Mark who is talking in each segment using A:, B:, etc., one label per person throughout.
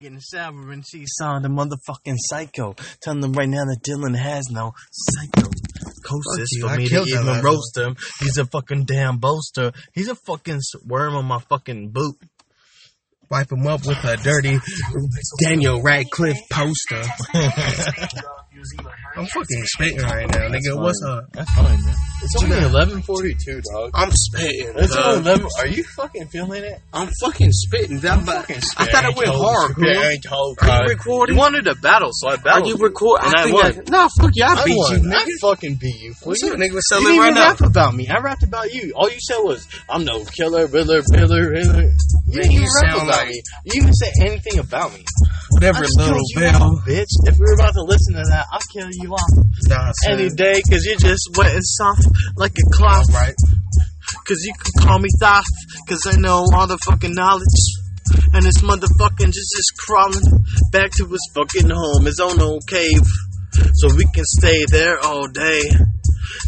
A: getting shower and she saw the motherfucking psycho. Telling them right now that Dylan has no psychosis
B: you,
A: for
B: I
A: me to
B: killed
A: even
B: that asshole.
A: roast him. He's a fucking damn boaster. He's a fucking worm on my fucking boot.
B: Wipe him up with a dirty Daniel Radcliffe poster. I'm fucking spitting right now, nigga. What's up?
A: That's fine, man. It's only eleven forty-two, dog.
B: I'm spitting.
A: It's
B: cuz.
A: only eleven. Are you fucking feeling it?
B: I'm fucking spitting. That, but I thought it went hard, bro. Are you recording?
A: wanted a battle, so I
B: Are
A: battled.
B: you recording?
A: And I won.
B: nah, fuck you. I,
A: I
B: beat
A: won.
B: you, nigga.
A: I fucking beat you.
B: What's
A: fool.
B: up, nigga? What's up
A: You didn't
B: right
A: even
B: now?
A: rap about me. I rapped about you. All you said was, "I'm no killer, riddler, riddler, riddler." You
B: Man,
A: didn't
B: you
A: even rap
B: sound
A: about
B: like-
A: me. You didn't even say anything about me.
B: Whatever,
A: I just killed you off, bitch. If we were about to listen to that, I'll kill you off
B: Nah, son.
A: any day because you're just wet and soft like a cloth.
B: Right.
A: Because you can call me Thoth because I know all the fucking knowledge. And this motherfucking just is crawling back to his fucking home, his own old cave. So we can stay there all day.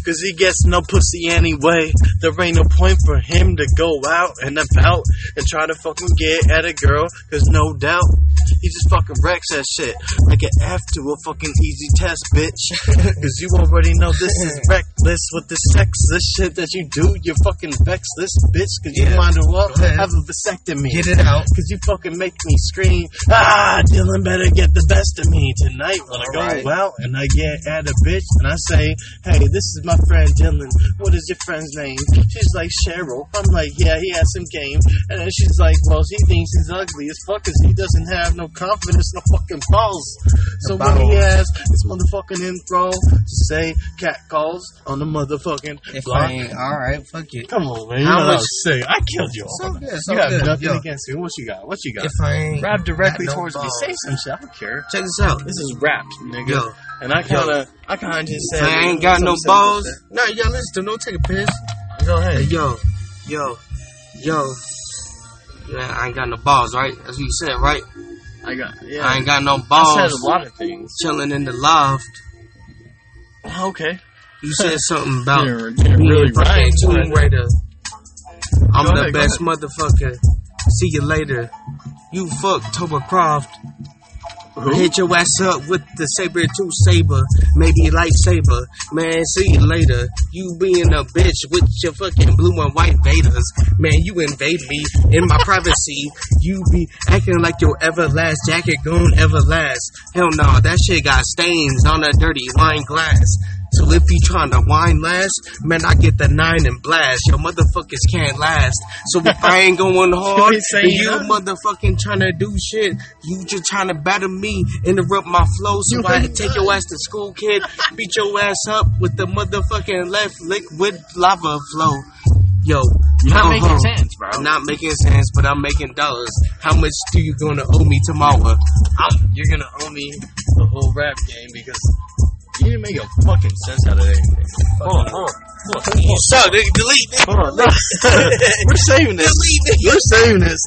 A: Cause he gets no pussy anyway. There ain't no point for him to go out and about and try to fucking get at a girl. Cause no doubt, he just fucking wrecks that shit. Like an F to a fucking easy test, bitch. Cause you already know this is reckless with the sex, this shit that you do. You're fucking vexless, bitch. Cause you
B: Yeah.
A: might as well
B: Go ahead.
A: have a vasectomy.
B: Get it out.
A: Cause you fucking make me scream, ah, Dylan better get the best of me tonight when I go
B: Alright.
A: out and I get at a bitch and I say, hey, this is my friend Dylan. What is your friend's name? She's like, Cheryl. I'm like, yeah, he has some game. And then she's like, well, she thinks he's ugly as fuck because he doesn't have no confidence, no fucking balls. So what he
B: balls.
A: has is motherfucking intro to say cat calls on the motherfucking
B: If
A: block.
B: I ain't, alright, fuck it.
A: Come on, man. You
B: How
A: know that
B: much-
A: was sick. I killed you.
B: So good, so
A: you have
B: good.
A: nothing
B: Yo.
A: against me. What you got? What you got?
B: If I ain't.
A: Rap directly
B: got no
A: towards me.
B: balls.
A: Say some shit. I don't care.
B: Check this out.
A: This is rapped, nigga.
B: Yo.
A: And I kind of, I kind of just said,
B: I ain't got
A: some
B: no
A: simple
B: balls. No, you gotta listen to him. Don't take a piss.
A: shit. Go
B: Hey,
A: ahead.
B: yo, yo, yo. Yeah, I ain't got no balls, right? That's what you said, right?
A: I got, yeah.
B: I ain't got no
A: I said
B: balls.
A: a lot of things.
B: Chilling in the loft.
A: Oh, Okay.
B: You said something about
A: You're- you're
B: being
A: really
B: fucking
A: right.
B: Tomb Raider. I'm
A: Go
B: the
A: ahead, go
B: best motherfucker. See you later. You fuck Toba Croft.
A: Who?
B: Hit your ass up with the saber two saber, maybe lightsaber. Man, see you later. You being a bitch with your fucking blue and white Vaders. Man, you invade me in my privacy. You be acting like your everlast jacket gone everlast. Hell no, that shit got stains on a dirty wine glass. So if you tryna wine last, man, I get the nine and blast. Your motherfuckers can't last. So if I ain't going hard,
A: He's saying
B: and you
A: that.
B: motherfucking tryna do shit. You just tryna battle me, interrupt my flow, so
A: You
B: I
A: ain't
B: take
A: done.
B: your ass to school, kid. Beat your ass up with the motherfucking left liquid lava flow. Yo,
A: You're not
B: how
A: making
B: ho-
A: sense, bro.
B: I'm not making sense, but I'm making dollars. How much do you gonna owe me tomorrow? I'm,
A: You're gonna owe me the whole rap game because you didn't make a fucking sense out of it. Hold on, hold on, hold on,
B: you suck, nigga. Delete, nigga.
A: hold on. We're saving this.
B: Delete, nigga.
A: We're saving this.